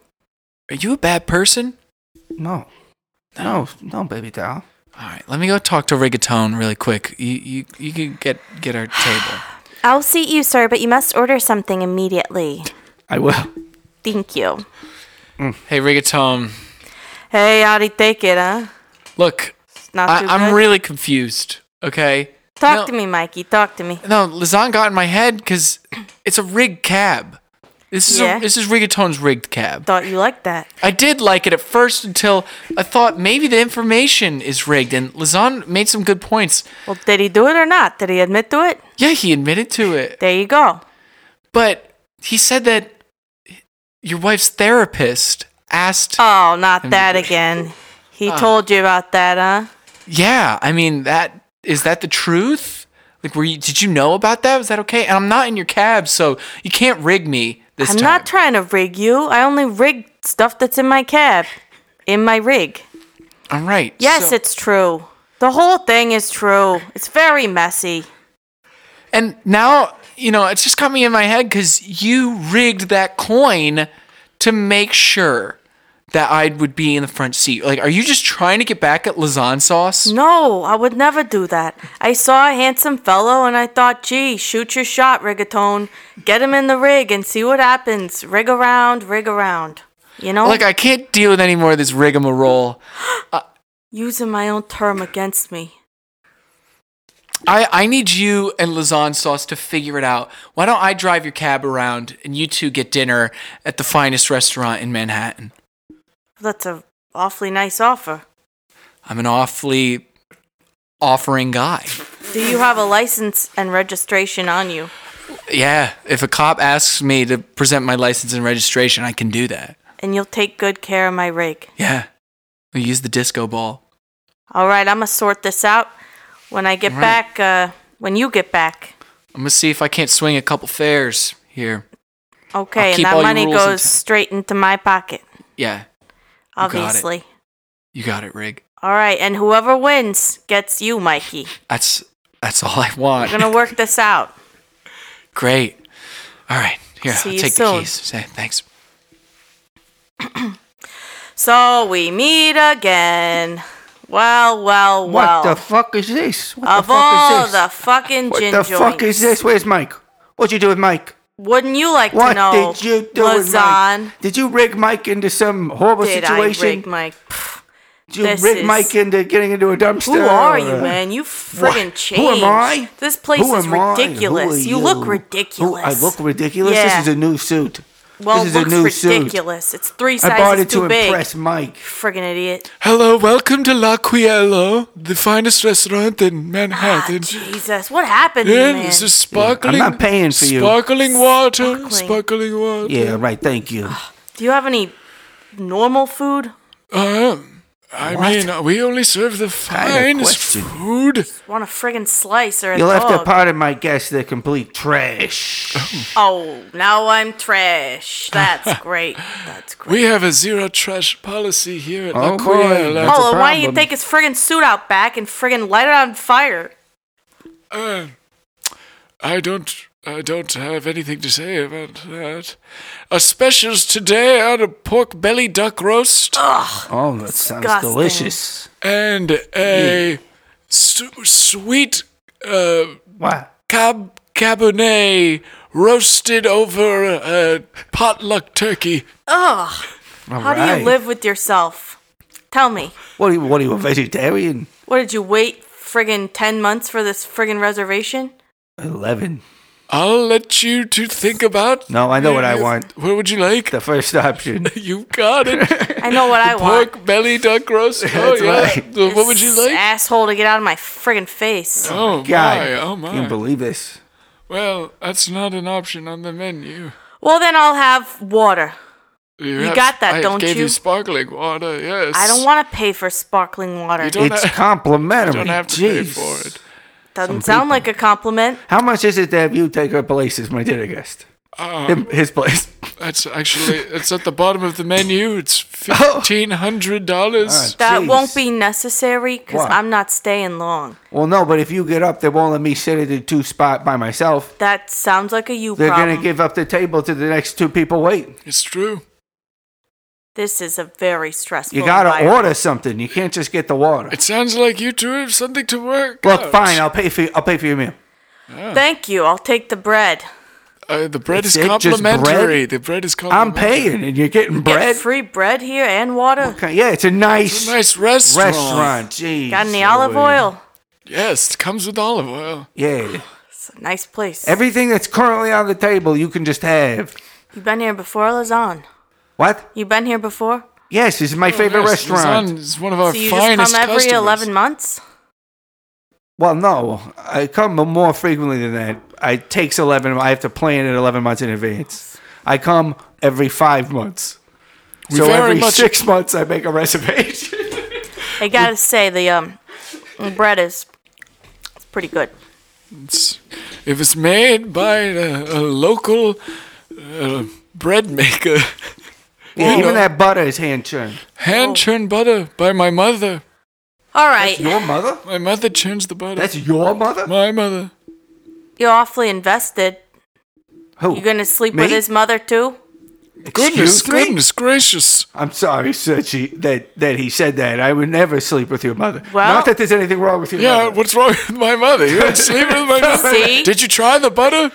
[SPEAKER 3] are you a bad person?
[SPEAKER 6] No, no, no, baby doll.
[SPEAKER 3] All right, let me go talk to Rigatone really quick. You you you can get get our
[SPEAKER 4] [sighs]
[SPEAKER 3] table.
[SPEAKER 4] I'll seat you, sir, but you must order something immediately.
[SPEAKER 5] I will.
[SPEAKER 4] Thank you.
[SPEAKER 3] Hey Rigatone,
[SPEAKER 4] Hey, how'd he take it, huh?
[SPEAKER 3] look,
[SPEAKER 4] It's not
[SPEAKER 3] I,
[SPEAKER 4] too
[SPEAKER 3] I'm
[SPEAKER 4] good?
[SPEAKER 3] really confused. Okay,
[SPEAKER 4] Talk
[SPEAKER 3] no.
[SPEAKER 4] to me, Mikey. Talk to me.
[SPEAKER 3] no, Lazan got in my head because it's a rigged cab. This is
[SPEAKER 4] Yeah.
[SPEAKER 3] a, this is Rigatone's rigged cab.
[SPEAKER 4] Thought you liked that.
[SPEAKER 3] I did like it at first until I thought maybe the information is rigged. And Lazan made some good points.
[SPEAKER 4] Well, did he do it or not? Did he admit to it?
[SPEAKER 3] Yeah, he admitted to it.
[SPEAKER 4] There you go.
[SPEAKER 3] But he said that your wife's therapist asked.
[SPEAKER 4] Oh, not that again. He
[SPEAKER 3] Ah.
[SPEAKER 4] told you about that, huh?
[SPEAKER 3] yeah, I mean, that is that the truth? Like, were you, did you know about that? Was that okay? And I'm not in your cab, so you can't rig me this
[SPEAKER 4] I'm
[SPEAKER 3] time.
[SPEAKER 4] not trying to rig you. I only rig stuff that's in my cab, in my rig.
[SPEAKER 3] All right.
[SPEAKER 4] Yes,
[SPEAKER 3] so-
[SPEAKER 4] it's true. The whole thing is true. It's very messy.
[SPEAKER 3] And now, you know, it's just got me in my head because you rigged that coin to make sure that I would be in the front seat. Like, are you just trying to get back at Lazan sauce?
[SPEAKER 4] No, I would never do that. I saw a handsome fellow and I thought, gee, shoot your shot, Rigatone. Get him in the rig and see what happens. Rig around, rig around. You know?
[SPEAKER 3] Like, I can't deal with any more of this rigmarole.
[SPEAKER 4] Using my own term against me.
[SPEAKER 3] I, I need you and Lazan sauce to figure it out. Why don't I drive your cab around and you two get dinner at the finest restaurant in Manhattan?
[SPEAKER 4] That's a awfully nice offer.
[SPEAKER 3] I'm an awfully offering guy.
[SPEAKER 4] Do you have a license and registration on you?
[SPEAKER 3] Yeah, if a cop asks me to present my license and registration, I can do that.
[SPEAKER 4] And you'll take good care of my rig.
[SPEAKER 3] Yeah. We use the disco ball.
[SPEAKER 4] All right, I'm going to sort this out when I get
[SPEAKER 3] All right.
[SPEAKER 4] back, uh, when you get back.
[SPEAKER 3] I'm gonna see if I can't swing a couple fares here.
[SPEAKER 4] Okay,
[SPEAKER 3] keep
[SPEAKER 4] and
[SPEAKER 3] all
[SPEAKER 4] that
[SPEAKER 3] your
[SPEAKER 4] money
[SPEAKER 3] rules
[SPEAKER 4] goes
[SPEAKER 3] intact.
[SPEAKER 4] straight into my pocket,
[SPEAKER 3] Yeah, got it.
[SPEAKER 4] obviously.
[SPEAKER 3] you got it, Rig.
[SPEAKER 4] All right, and whoever wins gets you, Mikey.
[SPEAKER 3] That's that's all I want.
[SPEAKER 4] We're gonna work this [laughs] out.
[SPEAKER 3] [laughs] Great. All right, here
[SPEAKER 4] See
[SPEAKER 3] I'll
[SPEAKER 4] you
[SPEAKER 3] take the
[SPEAKER 4] soon.
[SPEAKER 3] keys. Say thanks.
[SPEAKER 4] So we meet again. Well, well, well.
[SPEAKER 5] what the fuck is this? What
[SPEAKER 4] of
[SPEAKER 5] the fuck
[SPEAKER 4] all
[SPEAKER 5] is this?
[SPEAKER 4] the fucking
[SPEAKER 5] what
[SPEAKER 4] gin
[SPEAKER 5] the fuck
[SPEAKER 4] joints.
[SPEAKER 5] is this? Where's Mike? What'd you do with Mike?
[SPEAKER 4] Wouldn't you like
[SPEAKER 5] What
[SPEAKER 4] to know?
[SPEAKER 5] did you do with
[SPEAKER 4] Lazan?
[SPEAKER 5] Mike? Did you rig Mike into some horrible
[SPEAKER 4] Did
[SPEAKER 5] situation?
[SPEAKER 4] I rig Mike? Pff,
[SPEAKER 5] did you
[SPEAKER 4] this
[SPEAKER 5] rig
[SPEAKER 4] is-
[SPEAKER 5] Mike into getting into a dumpster?
[SPEAKER 4] Who are you,
[SPEAKER 5] or-
[SPEAKER 4] man? You friggin' changed.
[SPEAKER 5] Who am I?
[SPEAKER 4] This place
[SPEAKER 5] Who
[SPEAKER 4] is
[SPEAKER 5] am I? Who
[SPEAKER 4] ridiculous.
[SPEAKER 5] are
[SPEAKER 4] You look
[SPEAKER 5] Who-
[SPEAKER 4] ridiculous.
[SPEAKER 5] I look ridiculous.
[SPEAKER 4] Yeah.
[SPEAKER 5] This is a new suit.
[SPEAKER 4] well,
[SPEAKER 5] this is a
[SPEAKER 4] looks
[SPEAKER 5] new
[SPEAKER 4] ridiculous. It's three
[SPEAKER 5] suit.
[SPEAKER 4] sizes
[SPEAKER 5] I bought it
[SPEAKER 4] too
[SPEAKER 5] to
[SPEAKER 4] big.
[SPEAKER 5] impress Mike.
[SPEAKER 4] Friggin' idiot.
[SPEAKER 3] Hello, welcome to La Quiello, the finest restaurant in
[SPEAKER 4] Ah,
[SPEAKER 3] Manhattan.
[SPEAKER 4] Jesus, what happened to you, man?
[SPEAKER 3] this is sparkling.
[SPEAKER 5] I'm not paying for you.
[SPEAKER 3] Sparkling water.
[SPEAKER 4] Sparkling.
[SPEAKER 3] Sparkling water.
[SPEAKER 5] Yeah, right. Thank you.
[SPEAKER 4] Do you have any normal food?
[SPEAKER 3] Um, I mean, we only serve the
[SPEAKER 5] of
[SPEAKER 3] finest
[SPEAKER 5] question?
[SPEAKER 3] food.
[SPEAKER 4] Want a friggin' slice or a
[SPEAKER 5] You left a
[SPEAKER 4] dog?
[SPEAKER 5] part of my guests they're complete trash.
[SPEAKER 4] oh, now I'm trash.
[SPEAKER 5] [laughs]
[SPEAKER 4] That's great. That's great.
[SPEAKER 3] We have a zero trash policy here at La
[SPEAKER 5] Oh, really?
[SPEAKER 3] Quiello.
[SPEAKER 5] That's
[SPEAKER 4] oh,
[SPEAKER 5] a
[SPEAKER 4] and why don't you
[SPEAKER 5] problem.
[SPEAKER 4] take his friggin' suit out back and friggin' light it on fire?
[SPEAKER 3] Uh, I don't. I don't have anything to say about that. Our specials today are a pork belly duck roast
[SPEAKER 4] Ah.
[SPEAKER 5] Oh, that sounds
[SPEAKER 4] Disgusting.
[SPEAKER 5] delicious.
[SPEAKER 3] and a su- sweet uh,
[SPEAKER 5] What?
[SPEAKER 3] cab cabernet roasted over a potluck turkey.
[SPEAKER 4] Ugh.
[SPEAKER 5] All
[SPEAKER 4] How do
[SPEAKER 5] right.
[SPEAKER 4] you live with yourself? Tell me.
[SPEAKER 5] What are you, what are you a vegetarian?
[SPEAKER 4] What did you wait friggin' 10 months for this friggin' reservation?
[SPEAKER 5] Eleven.
[SPEAKER 3] I'll let you to think about.
[SPEAKER 5] No, I know what I want.
[SPEAKER 3] What would you like?
[SPEAKER 5] The first
[SPEAKER 2] [laughs]
[SPEAKER 3] [laughs]
[SPEAKER 5] option.
[SPEAKER 3] you got it.
[SPEAKER 4] I
[SPEAKER 3] [laughs]
[SPEAKER 4] know what I want.
[SPEAKER 3] Pork belly duck roast. oh
[SPEAKER 5] That's
[SPEAKER 3] yeah.
[SPEAKER 5] right.
[SPEAKER 3] The- What would you
[SPEAKER 4] This
[SPEAKER 3] like?
[SPEAKER 4] Asshole to get out of my friggin' face.
[SPEAKER 3] Oh
[SPEAKER 5] God,
[SPEAKER 3] my! Oh my!
[SPEAKER 5] you can believe this?
[SPEAKER 3] Well, that's not an option on the menu.
[SPEAKER 4] Well, then I'll have water. You got that,
[SPEAKER 3] I
[SPEAKER 4] don't
[SPEAKER 3] gave you?
[SPEAKER 4] you?
[SPEAKER 3] sparkling water. Yes.
[SPEAKER 4] I don't want to pay for sparkling water.
[SPEAKER 3] You don't
[SPEAKER 5] It's
[SPEAKER 3] have-
[SPEAKER 5] complimentary.
[SPEAKER 3] don't have to pay
[SPEAKER 5] Jeez.
[SPEAKER 3] for it.
[SPEAKER 4] Doesn't sound like a compliment.
[SPEAKER 5] How much is it to have you take her place as my dinner guest?
[SPEAKER 3] Uh,
[SPEAKER 5] Him, his place. [laughs]
[SPEAKER 3] that's actually it's at the bottom of the menu. It's
[SPEAKER 5] Oh.
[SPEAKER 3] fifteen hundred dollars.
[SPEAKER 4] That
[SPEAKER 5] Jeez.
[SPEAKER 4] won't be necessary because
[SPEAKER 5] Why?
[SPEAKER 4] I'm not staying long.
[SPEAKER 5] Well, no, but if you get up, they won't let me sit at the two spot by myself.
[SPEAKER 4] That sounds like a you
[SPEAKER 5] They're
[SPEAKER 4] problem.
[SPEAKER 5] gonna give up the table to the next two people. Wait,
[SPEAKER 3] It's true.
[SPEAKER 4] This is a very stressful.
[SPEAKER 5] You
[SPEAKER 3] Oh,
[SPEAKER 5] gotta
[SPEAKER 4] environment.
[SPEAKER 5] order something. You can't just get the water.
[SPEAKER 2] It sounds like you two have something to work.
[SPEAKER 5] Look,
[SPEAKER 2] out.
[SPEAKER 5] fine. I'll pay for I'll pay for your meal.
[SPEAKER 4] Thank you. I'll take the bread.
[SPEAKER 2] Uh, the bread
[SPEAKER 5] That's
[SPEAKER 2] is
[SPEAKER 5] it? Just bread?
[SPEAKER 2] complimentary. The bread is
[SPEAKER 3] Oh,
[SPEAKER 2] complimentary.
[SPEAKER 5] I'm paying, and you're getting
[SPEAKER 4] Get
[SPEAKER 5] bread.
[SPEAKER 4] free bread here and water.
[SPEAKER 5] Okay, yeah, it's a nice,
[SPEAKER 2] It's a nice restaurant.
[SPEAKER 5] restaurant. Jeez,
[SPEAKER 4] Got any
[SPEAKER 5] Louise.
[SPEAKER 4] olive oil?
[SPEAKER 2] Yes, it comes with olive oil.
[SPEAKER 5] Yeah,
[SPEAKER 4] It's a nice place.
[SPEAKER 5] everything that's currently on the table, you can just have.
[SPEAKER 4] you been here before, Lazan?
[SPEAKER 5] What?
[SPEAKER 4] You been here before?
[SPEAKER 5] Yes, this is my favorite
[SPEAKER 2] Yes,
[SPEAKER 5] restaurant.
[SPEAKER 2] Lausanne is one of our
[SPEAKER 4] so you just come
[SPEAKER 2] finest
[SPEAKER 4] every
[SPEAKER 2] customers.
[SPEAKER 4] 11 months?
[SPEAKER 5] Well, no, I come more frequently than that. I takes eleven. I have to plan it eleven months in advance. I come every five months.
[SPEAKER 2] We
[SPEAKER 5] so
[SPEAKER 2] very
[SPEAKER 5] every
[SPEAKER 2] much-
[SPEAKER 5] six months, I make a reservation.
[SPEAKER 2] [laughs]
[SPEAKER 4] I gotta say, the um, bread is it's pretty good.
[SPEAKER 2] It's- It was made by a, a local uh, bread maker. [laughs]
[SPEAKER 5] yeah,
[SPEAKER 2] You know.
[SPEAKER 5] even that butter is hand churned.
[SPEAKER 2] Hand churned butter by my mother.
[SPEAKER 4] All right.
[SPEAKER 5] Your mother?
[SPEAKER 2] My mother churns the butter.
[SPEAKER 5] That's your mother?
[SPEAKER 2] my mother.
[SPEAKER 4] You're awfully invested.
[SPEAKER 5] Who?
[SPEAKER 4] You gonna sleep
[SPEAKER 5] Me?
[SPEAKER 4] with his mother too?
[SPEAKER 2] Goodness,
[SPEAKER 5] Excuse me?
[SPEAKER 2] goodness gracious.
[SPEAKER 5] I'm sorry, sir, she, that that he said that. I would never sleep with your mother.
[SPEAKER 4] Well-
[SPEAKER 5] Not that there's anything wrong with your
[SPEAKER 2] Yeah,
[SPEAKER 5] mother.
[SPEAKER 2] what's wrong with my mother? You had sleep with my mother.
[SPEAKER 4] See?
[SPEAKER 2] Did you try the butter?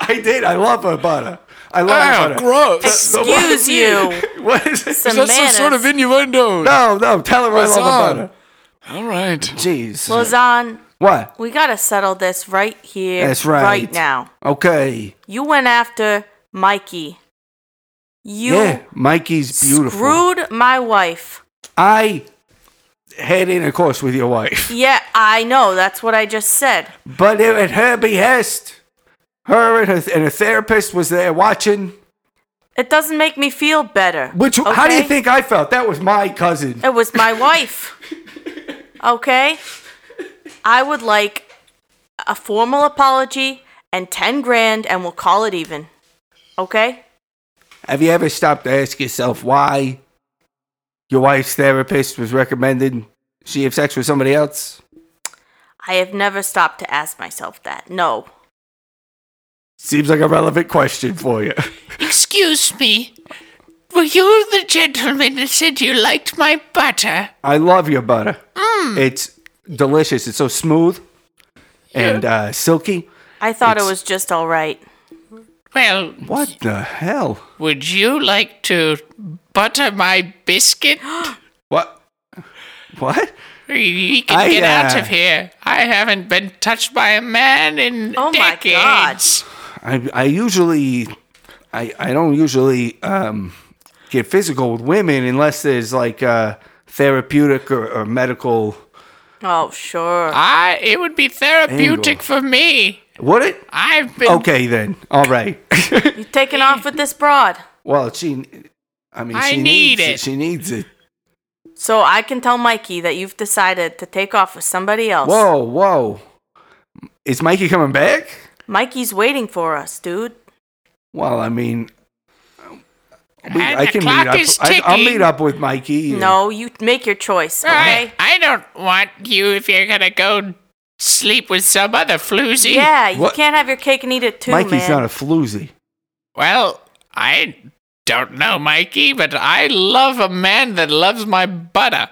[SPEAKER 5] I did. I love her butter. I love
[SPEAKER 2] Ah,
[SPEAKER 3] Oh.
[SPEAKER 5] her butter.
[SPEAKER 2] gross.
[SPEAKER 5] So what do
[SPEAKER 4] Excuse
[SPEAKER 5] you
[SPEAKER 4] you.
[SPEAKER 5] mean? What
[SPEAKER 4] [laughs]
[SPEAKER 5] is it?
[SPEAKER 4] Some
[SPEAKER 2] Is that some
[SPEAKER 4] manners.
[SPEAKER 2] sort of innuendo?
[SPEAKER 5] No, no. Tell her I love her
[SPEAKER 2] Lazan.
[SPEAKER 5] butter.
[SPEAKER 2] All right.
[SPEAKER 5] Jeez.
[SPEAKER 4] Lausanne,
[SPEAKER 5] what?
[SPEAKER 4] we gotta settle this right here,
[SPEAKER 5] That's right.
[SPEAKER 4] now.
[SPEAKER 5] Okay.
[SPEAKER 4] You went after Mikey. You
[SPEAKER 5] yeah, Mikey's beautiful.
[SPEAKER 4] screwed my wife.
[SPEAKER 5] I had intercourse with your wife,
[SPEAKER 4] Yeah, I know. That's what I just said.
[SPEAKER 5] but it, at her behest, her and her and her therapist was there watching.
[SPEAKER 4] It doesn't make me feel better.
[SPEAKER 5] Which? How do you
[SPEAKER 4] okay?
[SPEAKER 5] think I felt? That was my cousin.
[SPEAKER 4] It was my wife. Okay? I would like a formal apology and 10 grand and we'll call it even. Okay?
[SPEAKER 5] Have you ever stopped to ask yourself why your wife's therapist was recommending she have sex with somebody else?
[SPEAKER 4] I have never stopped to ask myself that. No.
[SPEAKER 5] [laughs] Seems like a relevant question for you.
[SPEAKER 7] Excuse me. Were you the gentleman that said you liked my butter?
[SPEAKER 5] I love your butter.
[SPEAKER 2] Mm.
[SPEAKER 5] It's delicious. It's so smooth and uh, silky.
[SPEAKER 4] I thought it was just all right.
[SPEAKER 7] Well,
[SPEAKER 5] What the hell?
[SPEAKER 7] would you like to butter my biscuit?
[SPEAKER 5] What? What?
[SPEAKER 7] You can
[SPEAKER 5] I,
[SPEAKER 7] get out
[SPEAKER 5] uh,
[SPEAKER 7] of here. I haven't been touched by a man in
[SPEAKER 4] Oh my God.
[SPEAKER 7] decades.
[SPEAKER 5] I I usually I I don't usually um get physical with women unless there's like uh therapeutic or, or medical
[SPEAKER 4] Oh, sure.
[SPEAKER 7] I it would be therapeutic
[SPEAKER 5] Angle.
[SPEAKER 7] for me.
[SPEAKER 5] would it?
[SPEAKER 7] I've been
[SPEAKER 5] Okay then. All right. [laughs]
[SPEAKER 4] You taking off with this broad.
[SPEAKER 5] Well, she. I mean,
[SPEAKER 7] I
[SPEAKER 5] she
[SPEAKER 7] need
[SPEAKER 5] needs it.
[SPEAKER 7] it.
[SPEAKER 5] She needs it.
[SPEAKER 4] So I can tell Mikey that you've decided to take off with somebody else.
[SPEAKER 5] Whoa, whoa. Is Mikey coming back?
[SPEAKER 4] Mikey's waiting for us, dude.
[SPEAKER 5] Well, I mean, we,
[SPEAKER 7] And
[SPEAKER 5] I
[SPEAKER 7] the
[SPEAKER 5] can
[SPEAKER 7] clock
[SPEAKER 5] meet up.
[SPEAKER 7] is
[SPEAKER 5] I, I'll meet
[SPEAKER 7] ticking.
[SPEAKER 5] up with Mikey. and-
[SPEAKER 4] No, you make your choice, okay?
[SPEAKER 7] I, I don't want you if you're gonna go sleep with some other floozy.
[SPEAKER 4] Yeah, you
[SPEAKER 5] What?
[SPEAKER 4] can't have your cake and eat it too,
[SPEAKER 5] Mikey's
[SPEAKER 4] man.
[SPEAKER 5] not a floozy.
[SPEAKER 7] Well, I don't know, Mikey, but I love a man that loves my butter.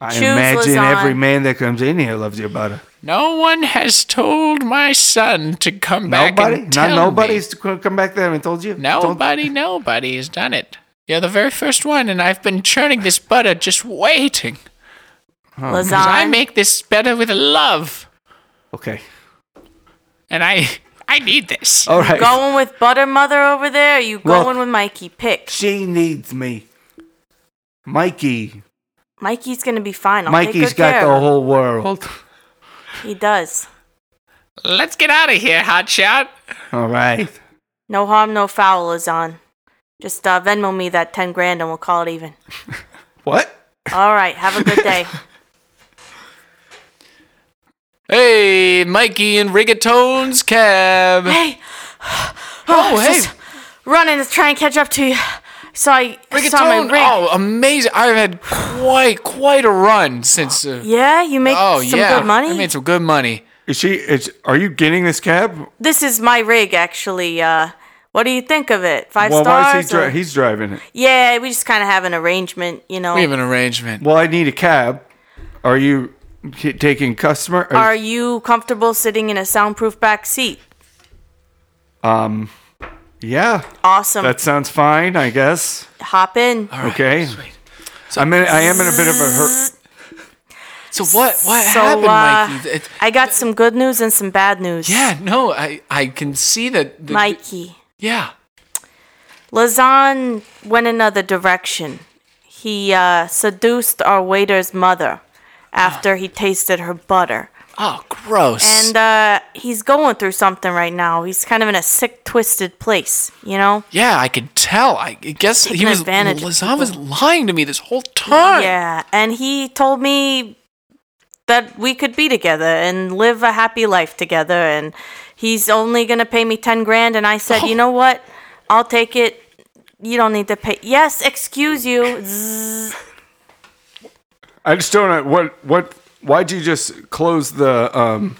[SPEAKER 5] I
[SPEAKER 4] Choose
[SPEAKER 5] imagine every
[SPEAKER 4] lasagna.
[SPEAKER 5] man that comes in here loves your butter.
[SPEAKER 7] No one has told my son to come back.
[SPEAKER 5] Nobody,
[SPEAKER 7] and
[SPEAKER 5] not
[SPEAKER 7] tell
[SPEAKER 5] nobody's to co- come back there and told you.
[SPEAKER 7] Me.
[SPEAKER 5] Told-
[SPEAKER 7] Nobody, nobody has done it. You're the very first one, and I've been churning this butter, just waiting. 'Cause I
[SPEAKER 4] Lasagna.
[SPEAKER 7] make this butter with love,
[SPEAKER 5] Okay.
[SPEAKER 7] and I, I need this.
[SPEAKER 5] All right.
[SPEAKER 4] going with Butter Mother over there? Or you
[SPEAKER 5] Well-
[SPEAKER 4] going with Mikey? Pick.
[SPEAKER 5] She needs me. Mikey.
[SPEAKER 4] Mikey's gonna be fine. I'll take
[SPEAKER 5] Mikey's
[SPEAKER 4] good
[SPEAKER 5] got
[SPEAKER 4] care.
[SPEAKER 5] the
[SPEAKER 4] of
[SPEAKER 5] whole world.
[SPEAKER 4] him. He does.
[SPEAKER 7] Let's get out of here, hotshot.
[SPEAKER 5] All right.
[SPEAKER 4] No harm, no foul is on. Just uh, Venmo me that ten grand and we'll call it even.
[SPEAKER 5] What?
[SPEAKER 4] All right. Have a good
[SPEAKER 5] [laughs]
[SPEAKER 4] day.
[SPEAKER 3] Hey, Mikey and Rigatone's cab.
[SPEAKER 4] hey.
[SPEAKER 3] oh, hey,
[SPEAKER 4] just running to try and catch up to you. So I I saw my
[SPEAKER 3] Rigatone.
[SPEAKER 4] ring.
[SPEAKER 3] Oh, amazing. I've had quite, quite a run since. Uh,
[SPEAKER 4] Yeah, you make
[SPEAKER 3] Oh,
[SPEAKER 4] some
[SPEAKER 3] yeah.
[SPEAKER 4] good money.
[SPEAKER 3] I made some good money.
[SPEAKER 5] Is she? Is are you getting this cab?
[SPEAKER 4] this is my rig, actually. Uh, What do you think of it? Five
[SPEAKER 5] Well,
[SPEAKER 4] stars?
[SPEAKER 5] why is he
[SPEAKER 4] or-
[SPEAKER 5] dri- he's driving it?
[SPEAKER 4] yeah, we just kind of have an arrangement, you know.
[SPEAKER 3] We have an arrangement.
[SPEAKER 5] Well, I need a cab. Are you ki- taking customer? uh,
[SPEAKER 4] Are you comfortable sitting in a soundproof back seat?
[SPEAKER 5] um, yeah,
[SPEAKER 4] Awesome.
[SPEAKER 5] that sounds fine, I guess.
[SPEAKER 4] Hop in.
[SPEAKER 5] okay. I'm in, I am in a bit of a hur-
[SPEAKER 3] So what? What
[SPEAKER 4] So,
[SPEAKER 3] happened,
[SPEAKER 4] uh,
[SPEAKER 3] Mikey? It-
[SPEAKER 4] I got some good news and some bad news.
[SPEAKER 3] yeah, no, I I can see that. the-
[SPEAKER 4] Mikey.
[SPEAKER 3] Yeah.
[SPEAKER 4] Lazan went another direction. He uh, seduced our waiter's mother after he tasted her butter.
[SPEAKER 3] Oh, gross.
[SPEAKER 4] And uh, he's going through something right now. He's kind of in a sick, twisted place, you know?
[SPEAKER 3] yeah, I could tell. I guess he
[SPEAKER 4] Taking
[SPEAKER 3] was.
[SPEAKER 4] advantage of
[SPEAKER 3] Lazan was lying to me this whole time.
[SPEAKER 4] Yeah. And he told me that we could be together and live a happy life together. And he's only going to pay me 10 grand. And I said,
[SPEAKER 5] Oh.
[SPEAKER 4] you know what? I'll take it. You don't need to pay. Yes, excuse you. Zzz.
[SPEAKER 5] I just don't know what what. Why'd you just close the um?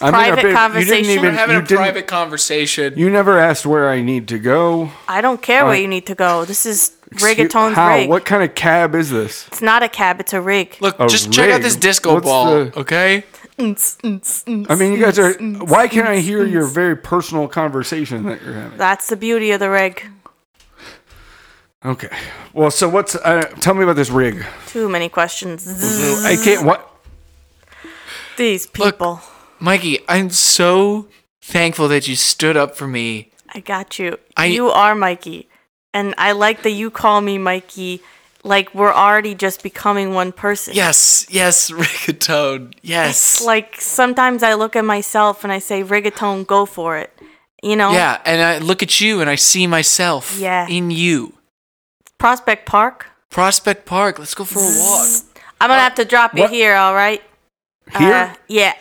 [SPEAKER 5] I'm in
[SPEAKER 4] Private
[SPEAKER 5] You
[SPEAKER 4] conversation?
[SPEAKER 5] didn't even.
[SPEAKER 3] We're having
[SPEAKER 5] you
[SPEAKER 3] a
[SPEAKER 5] didn't-
[SPEAKER 3] private conversation.
[SPEAKER 5] You never asked where I need to go.
[SPEAKER 4] I don't care where
[SPEAKER 5] Uh,
[SPEAKER 4] you need to go. This is
[SPEAKER 5] Excuse-
[SPEAKER 4] Rigatone's
[SPEAKER 5] How?
[SPEAKER 4] rig.
[SPEAKER 5] What kind of cab is this?
[SPEAKER 4] It's not a cab, it's a rig.
[SPEAKER 3] Look,
[SPEAKER 5] A
[SPEAKER 3] just check out
[SPEAKER 5] rig?
[SPEAKER 3] this disco
[SPEAKER 5] What's
[SPEAKER 3] ball,
[SPEAKER 5] the-
[SPEAKER 3] okay?
[SPEAKER 5] I mean, you guys are. Why can't I hear your very personal conversation that you're having?
[SPEAKER 4] That's the beauty of the rig.
[SPEAKER 5] Okay. Well, so what's? Uh, tell me about this rig.
[SPEAKER 4] Too many questions. Zzz.
[SPEAKER 5] I can't. What?
[SPEAKER 4] These people.
[SPEAKER 3] Mikey, I'm so thankful that you stood up for me.
[SPEAKER 4] I got you.
[SPEAKER 3] I-
[SPEAKER 4] you are Mikey. And I like that you call me Mikey. Like we're already just becoming one person.
[SPEAKER 3] Yes, yes, [laughs] rigatone. Yes.
[SPEAKER 4] It's like sometimes I look at myself and I say, Rigatone, go for it. You know?
[SPEAKER 3] yeah, and I look at you and I see myself
[SPEAKER 4] Yeah.
[SPEAKER 3] in you.
[SPEAKER 4] Prospect Park.
[SPEAKER 3] Prospect Park, let's go for a [laughs] walk.
[SPEAKER 4] I'm gonna have to drop you
[SPEAKER 5] Uh, what?
[SPEAKER 4] here, all right?
[SPEAKER 5] Here?
[SPEAKER 4] Uh, yeah.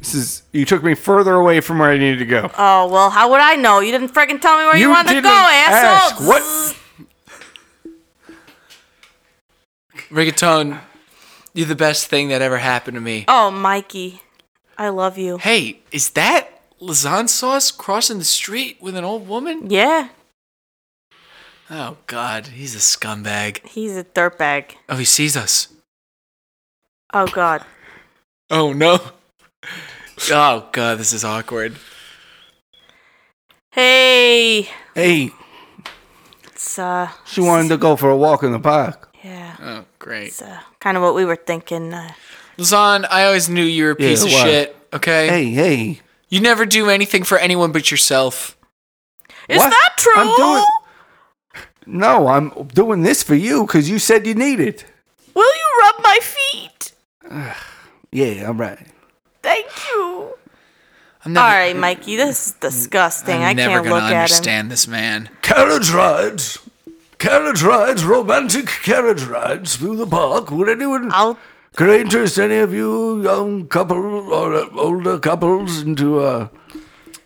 [SPEAKER 5] This is. You took me further away from where I needed to go.
[SPEAKER 4] Oh well, how would I know? You didn't freaking tell me where Oh, you, wanted to
[SPEAKER 5] didn't
[SPEAKER 4] go, asshole.
[SPEAKER 5] ask. What?
[SPEAKER 4] Zzz.
[SPEAKER 3] Rigatone, you're the best thing that ever happened to me.
[SPEAKER 4] Oh, Mikey, I love you.
[SPEAKER 3] Hey, is that Lazan sauce crossing the street with an old woman?
[SPEAKER 4] Yeah,
[SPEAKER 3] Oh god, he's a scumbag.
[SPEAKER 4] he's a dirtbag.
[SPEAKER 3] Oh, he sees us.
[SPEAKER 4] Oh God.
[SPEAKER 3] Oh no. Oh god, this is awkward.
[SPEAKER 4] Hey,
[SPEAKER 5] Hey,
[SPEAKER 4] it's uh,
[SPEAKER 5] she wanted to go for a walk in the park.
[SPEAKER 4] yeah,
[SPEAKER 3] Oh, great.
[SPEAKER 4] it's uh, kind of what we were thinking. Uh,
[SPEAKER 3] Lazan, I always knew you were a piece of
[SPEAKER 5] what?
[SPEAKER 3] shit, okay?
[SPEAKER 5] Hey, hey.
[SPEAKER 3] You never do anything for anyone but yourself.
[SPEAKER 4] is
[SPEAKER 5] What?
[SPEAKER 4] that true?
[SPEAKER 5] I'm doing- No, I'm doing this for you because you said you need it.
[SPEAKER 4] Will you rub my feet?
[SPEAKER 5] Yeah, all right.
[SPEAKER 4] Thank you.
[SPEAKER 3] I'm
[SPEAKER 4] All
[SPEAKER 3] never,
[SPEAKER 4] right, Mikey, this is disgusting. I'm I
[SPEAKER 3] I'm
[SPEAKER 4] can
[SPEAKER 3] never
[SPEAKER 4] not
[SPEAKER 3] gonna
[SPEAKER 4] look at him.
[SPEAKER 3] understand this man.
[SPEAKER 5] Carriage rides. Carriage rides, romantic carriage rides through the park. Would anyone
[SPEAKER 4] I'll
[SPEAKER 5] could I interest any of you young couple or uh, older couples into a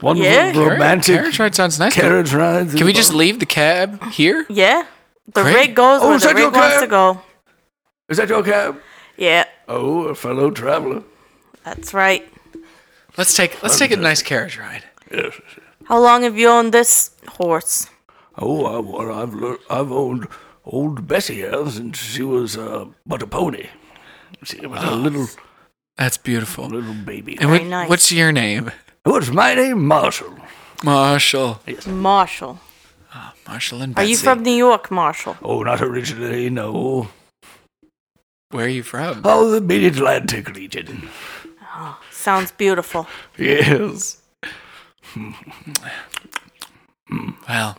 [SPEAKER 5] wonderful
[SPEAKER 4] Yeah. Carriage-
[SPEAKER 5] romantic
[SPEAKER 3] Carriage ride sounds nice. though.
[SPEAKER 5] carriage rides?
[SPEAKER 3] Can we just leave the cab here?
[SPEAKER 4] yeah. The
[SPEAKER 3] Great.
[SPEAKER 4] rig goes
[SPEAKER 5] Oh,
[SPEAKER 4] where
[SPEAKER 5] is
[SPEAKER 4] the
[SPEAKER 5] that your
[SPEAKER 4] rig wants
[SPEAKER 5] cab?
[SPEAKER 4] to go.
[SPEAKER 5] Is that your cab?
[SPEAKER 4] Yeah,
[SPEAKER 5] Oh, a fellow traveler.
[SPEAKER 4] that's right.
[SPEAKER 3] Let's take let's take a nice carriage ride.
[SPEAKER 4] How long have you owned this horse?
[SPEAKER 5] Oh, I, well, I've lear- I've owned old Bessie here since she was uh, but a pony. She was a little
[SPEAKER 3] That's beautiful.
[SPEAKER 5] little baby.
[SPEAKER 3] And
[SPEAKER 4] Very
[SPEAKER 3] what,
[SPEAKER 4] nice.
[SPEAKER 3] what's your name?
[SPEAKER 5] What's my name? Marshall.
[SPEAKER 3] Marshall.
[SPEAKER 4] Marshall.
[SPEAKER 3] Marshall and
[SPEAKER 4] Are
[SPEAKER 3] Betsy.
[SPEAKER 4] you from New York, Marshall?
[SPEAKER 5] Oh, not originally, no.
[SPEAKER 3] Where are you from?
[SPEAKER 5] Oh, the Mid Atlantic region.
[SPEAKER 4] Sounds beautiful.
[SPEAKER 5] Yes.
[SPEAKER 3] Well,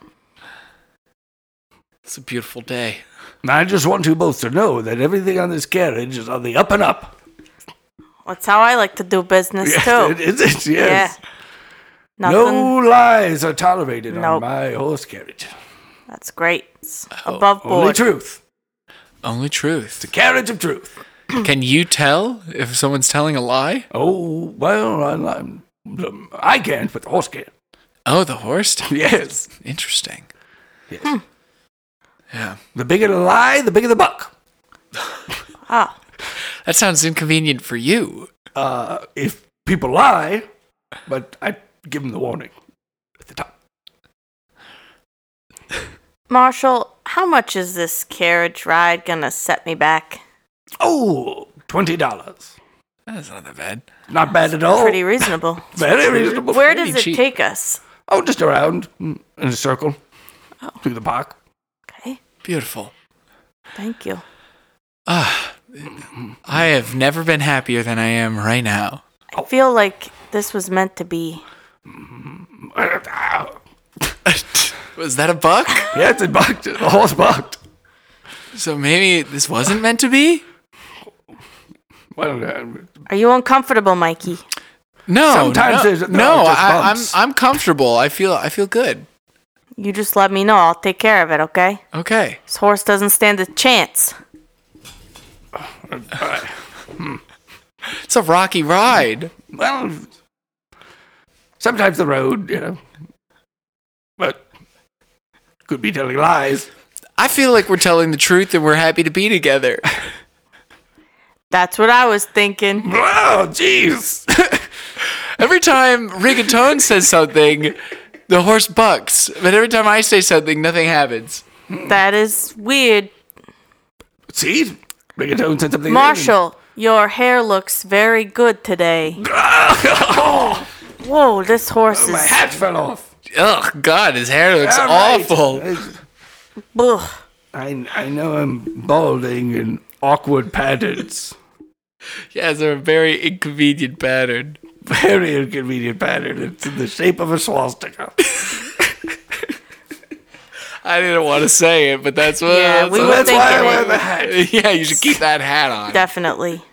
[SPEAKER 3] it's a beautiful day.
[SPEAKER 5] And I just want you both to know that everything on this carriage is on the up and up.
[SPEAKER 4] That's how I like to do business
[SPEAKER 5] [laughs] Yes,
[SPEAKER 4] too.
[SPEAKER 5] it is. Yes.
[SPEAKER 4] Yeah. Nothing.
[SPEAKER 5] No lies are tolerated
[SPEAKER 4] Nope.
[SPEAKER 5] on my horse carriage.
[SPEAKER 4] That's great. It's above
[SPEAKER 5] Oh, Only
[SPEAKER 4] board.
[SPEAKER 5] truth.
[SPEAKER 3] Only truth. [clears throat]
[SPEAKER 5] Carriage of truth.
[SPEAKER 3] Can you tell if someone's telling a lie?
[SPEAKER 5] Oh, well, I'm, I'm, um, I can't, but the horse can.
[SPEAKER 3] Oh, the horse. t-
[SPEAKER 5] [laughs] Yes.
[SPEAKER 3] Interesting.
[SPEAKER 5] Yes.
[SPEAKER 3] Yeah.
[SPEAKER 5] The bigger the lie, the bigger the buck.
[SPEAKER 4] Ah,
[SPEAKER 3] That sounds inconvenient for you.
[SPEAKER 5] Uh, if people lie, but I give them the warning at the top.
[SPEAKER 4] Marshall, how much is this carriage ride gonna set me back?
[SPEAKER 5] Oh, twenty dollars.
[SPEAKER 3] That's not that bad.
[SPEAKER 5] Not bad at all.
[SPEAKER 4] Pretty
[SPEAKER 5] [laughs]
[SPEAKER 4] reasonable.
[SPEAKER 5] Very reasonable.
[SPEAKER 4] Where does it
[SPEAKER 3] cheap.
[SPEAKER 4] take us?
[SPEAKER 5] Oh, just around in a circle
[SPEAKER 4] Oh.
[SPEAKER 5] through the park.
[SPEAKER 4] Okay,
[SPEAKER 3] Beautiful.
[SPEAKER 4] thank you.
[SPEAKER 3] I have never been happier than I am right now.
[SPEAKER 5] Oh.
[SPEAKER 4] I feel like this was meant to be.
[SPEAKER 3] Was that a buck?
[SPEAKER 5] Yeah, it's bucked. The horse bucked.
[SPEAKER 3] so maybe this wasn't meant to be?
[SPEAKER 5] Well, uh,
[SPEAKER 4] Are you uncomfortable, Mikey?
[SPEAKER 3] No.
[SPEAKER 5] Sometimes
[SPEAKER 3] no,
[SPEAKER 5] there's- no,
[SPEAKER 3] no.
[SPEAKER 5] it just
[SPEAKER 3] I, I'm
[SPEAKER 5] bumps.
[SPEAKER 3] I'm comfortable. I feel I feel good.
[SPEAKER 4] You just let me know. I'll take care of it, okay?
[SPEAKER 3] Okay.
[SPEAKER 4] This horse doesn't stand a chance.
[SPEAKER 3] It's a rocky ride.
[SPEAKER 5] well, sometimes the road, you know, but could be telling lies.
[SPEAKER 3] I feel like we're telling the truth and we're happy to be
[SPEAKER 5] [laughs]
[SPEAKER 3] together.
[SPEAKER 4] That's what I was thinking.
[SPEAKER 5] Oh, jeez. [laughs]
[SPEAKER 3] Every time Rigatone says something, the horse bucks. But every time I say something, nothing happens.
[SPEAKER 4] That is weird.
[SPEAKER 5] See, Rigatone said something.
[SPEAKER 4] Marshall, your hair looks very good today.
[SPEAKER 5] [laughs] oh,
[SPEAKER 4] Whoa, this horse
[SPEAKER 5] my
[SPEAKER 4] is.
[SPEAKER 5] hat fell off.
[SPEAKER 3] Ugh, God, his hair looks
[SPEAKER 5] All right.
[SPEAKER 3] awful.
[SPEAKER 4] Ugh.
[SPEAKER 5] I, I know I'm balding in awkward patterns.
[SPEAKER 3] He has a very inconvenient pattern.
[SPEAKER 5] Very inconvenient pattern. It's in the shape of a swastika.
[SPEAKER 3] I didn't want to say it, but that's what.
[SPEAKER 4] Yeah,
[SPEAKER 3] that's
[SPEAKER 4] we
[SPEAKER 3] what-
[SPEAKER 4] were
[SPEAKER 5] That's why I wear
[SPEAKER 4] thinking
[SPEAKER 5] the
[SPEAKER 4] it.
[SPEAKER 5] hat.
[SPEAKER 3] yeah, you
[SPEAKER 5] [laughs]
[SPEAKER 3] should keep that hat on.
[SPEAKER 4] Definitely.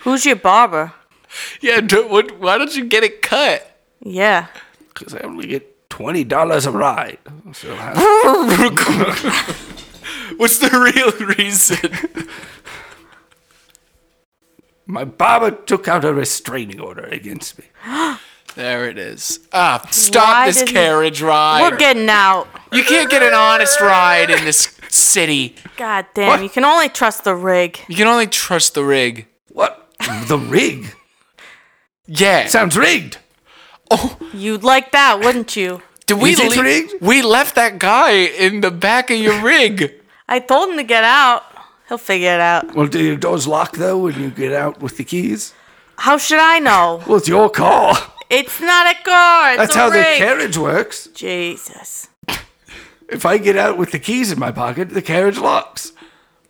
[SPEAKER 4] Who's your barber?
[SPEAKER 3] [laughs] yeah, do what, why don't you get it cut?
[SPEAKER 4] Yeah.
[SPEAKER 5] Because I only get twenty dollars a ride. So I-
[SPEAKER 3] [laughs] What's the real reason?
[SPEAKER 5] My barber took out a restraining order against me.
[SPEAKER 3] there it is. Ah, stop
[SPEAKER 4] Why
[SPEAKER 3] this
[SPEAKER 4] didn't-
[SPEAKER 3] carriage ride.
[SPEAKER 4] We're getting out.
[SPEAKER 3] you can't get an honest ride in this city.
[SPEAKER 4] God damn, you can only trust the rig.
[SPEAKER 3] You can only trust the rig.
[SPEAKER 5] What? The rig?
[SPEAKER 3] Yeah.
[SPEAKER 5] Sounds rigged.
[SPEAKER 3] Oh.
[SPEAKER 4] You'd like that, wouldn't you?
[SPEAKER 3] Did we
[SPEAKER 5] Is it
[SPEAKER 3] lea-
[SPEAKER 5] rigged?
[SPEAKER 3] We left that guy in the back of your [laughs] rig.
[SPEAKER 4] I told him to get out. He'll figure it out.
[SPEAKER 5] Well, do your doors lock though when you get out with the keys?
[SPEAKER 4] How should I know?
[SPEAKER 5] Well, it's your car.
[SPEAKER 4] It's not a car. It's
[SPEAKER 5] That's
[SPEAKER 4] a
[SPEAKER 5] how the
[SPEAKER 4] rig.
[SPEAKER 5] carriage works.
[SPEAKER 4] Jesus.
[SPEAKER 5] If I get out with the keys in my pocket, the carriage locks.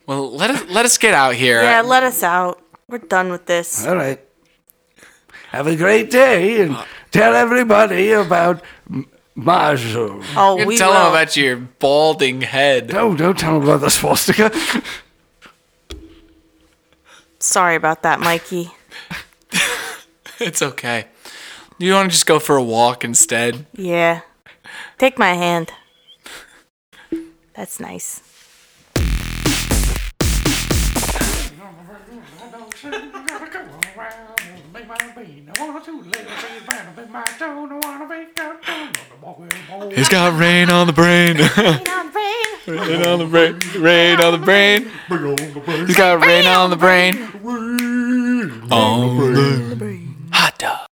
[SPEAKER 3] Well, let us let us get out here.
[SPEAKER 4] Yeah, let us out. We're done with this.
[SPEAKER 5] All right. Have a great day and tell everybody about M- Marshall.
[SPEAKER 4] Oh,
[SPEAKER 3] You
[SPEAKER 4] we
[SPEAKER 3] tell him
[SPEAKER 4] will.
[SPEAKER 3] about your balding head. [laughs]
[SPEAKER 5] No, don't tell them about the swastika. [laughs]
[SPEAKER 4] Sorry about that, Mikey.
[SPEAKER 3] It's okay. You want to just go for a walk instead?
[SPEAKER 4] Yeah. Take my hand. That's nice.
[SPEAKER 3] He's got rain on the [laughs] brain. rain on the brain. Rain on the brain. He's got rain on the brain. On the brain. Hot dog.